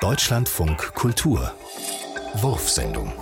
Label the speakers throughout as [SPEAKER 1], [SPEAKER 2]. [SPEAKER 1] Deutschlandfunk Kultur. Wurfsendung.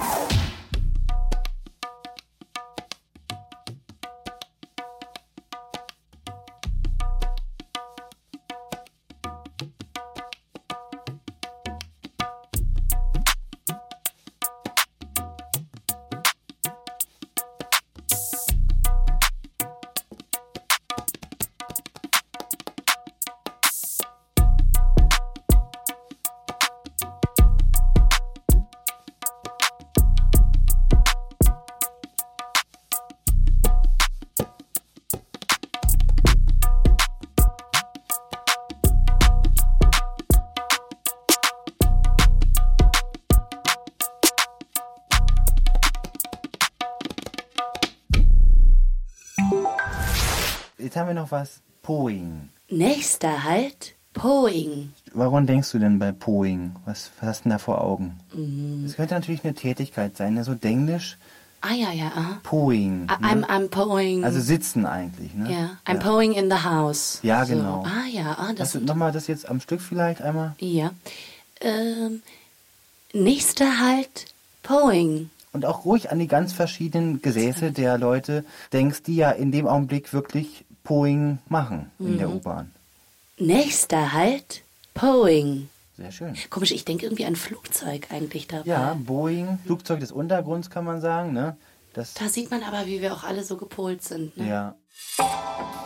[SPEAKER 2] Jetzt haben wir noch was. Poing.
[SPEAKER 3] Nächster Halt Poing.
[SPEAKER 2] Woran denkst du denn bei Poing? Was hast du denn da vor Augen?
[SPEAKER 3] Mhm.
[SPEAKER 2] Es könnte natürlich eine Tätigkeit sein, ne? so Denglisch.
[SPEAKER 3] Ah ja, ja. aha.
[SPEAKER 2] Poing.
[SPEAKER 3] I-
[SPEAKER 2] ne?
[SPEAKER 3] I'm, I'm poing.
[SPEAKER 2] also sitzen eigentlich, ne?
[SPEAKER 3] ja. I'm poing in the house.
[SPEAKER 2] Ja, genau.
[SPEAKER 3] Ah ja, ah, das
[SPEAKER 2] Hast du nochmal das jetzt am Stück vielleicht einmal?
[SPEAKER 3] Ja. Ähm, nächster Halt Poing.
[SPEAKER 2] Und auch ruhig an die ganz verschiedenen Gesäße der Leute denkst, die ja in dem Augenblick wirklich Poing machen in
[SPEAKER 3] Mhm.
[SPEAKER 2] der U-Bahn.
[SPEAKER 3] Nächster Halt Poing.
[SPEAKER 2] Sehr schön.
[SPEAKER 3] Komisch, ich denke irgendwie an Flugzeug eigentlich dabei.
[SPEAKER 2] Ja, Boeing, Flugzeug des Untergrunds kann man sagen, ne? Das,
[SPEAKER 3] ne? Da sieht man aber, wie wir auch alle so gepolt sind. Ne?
[SPEAKER 2] ja.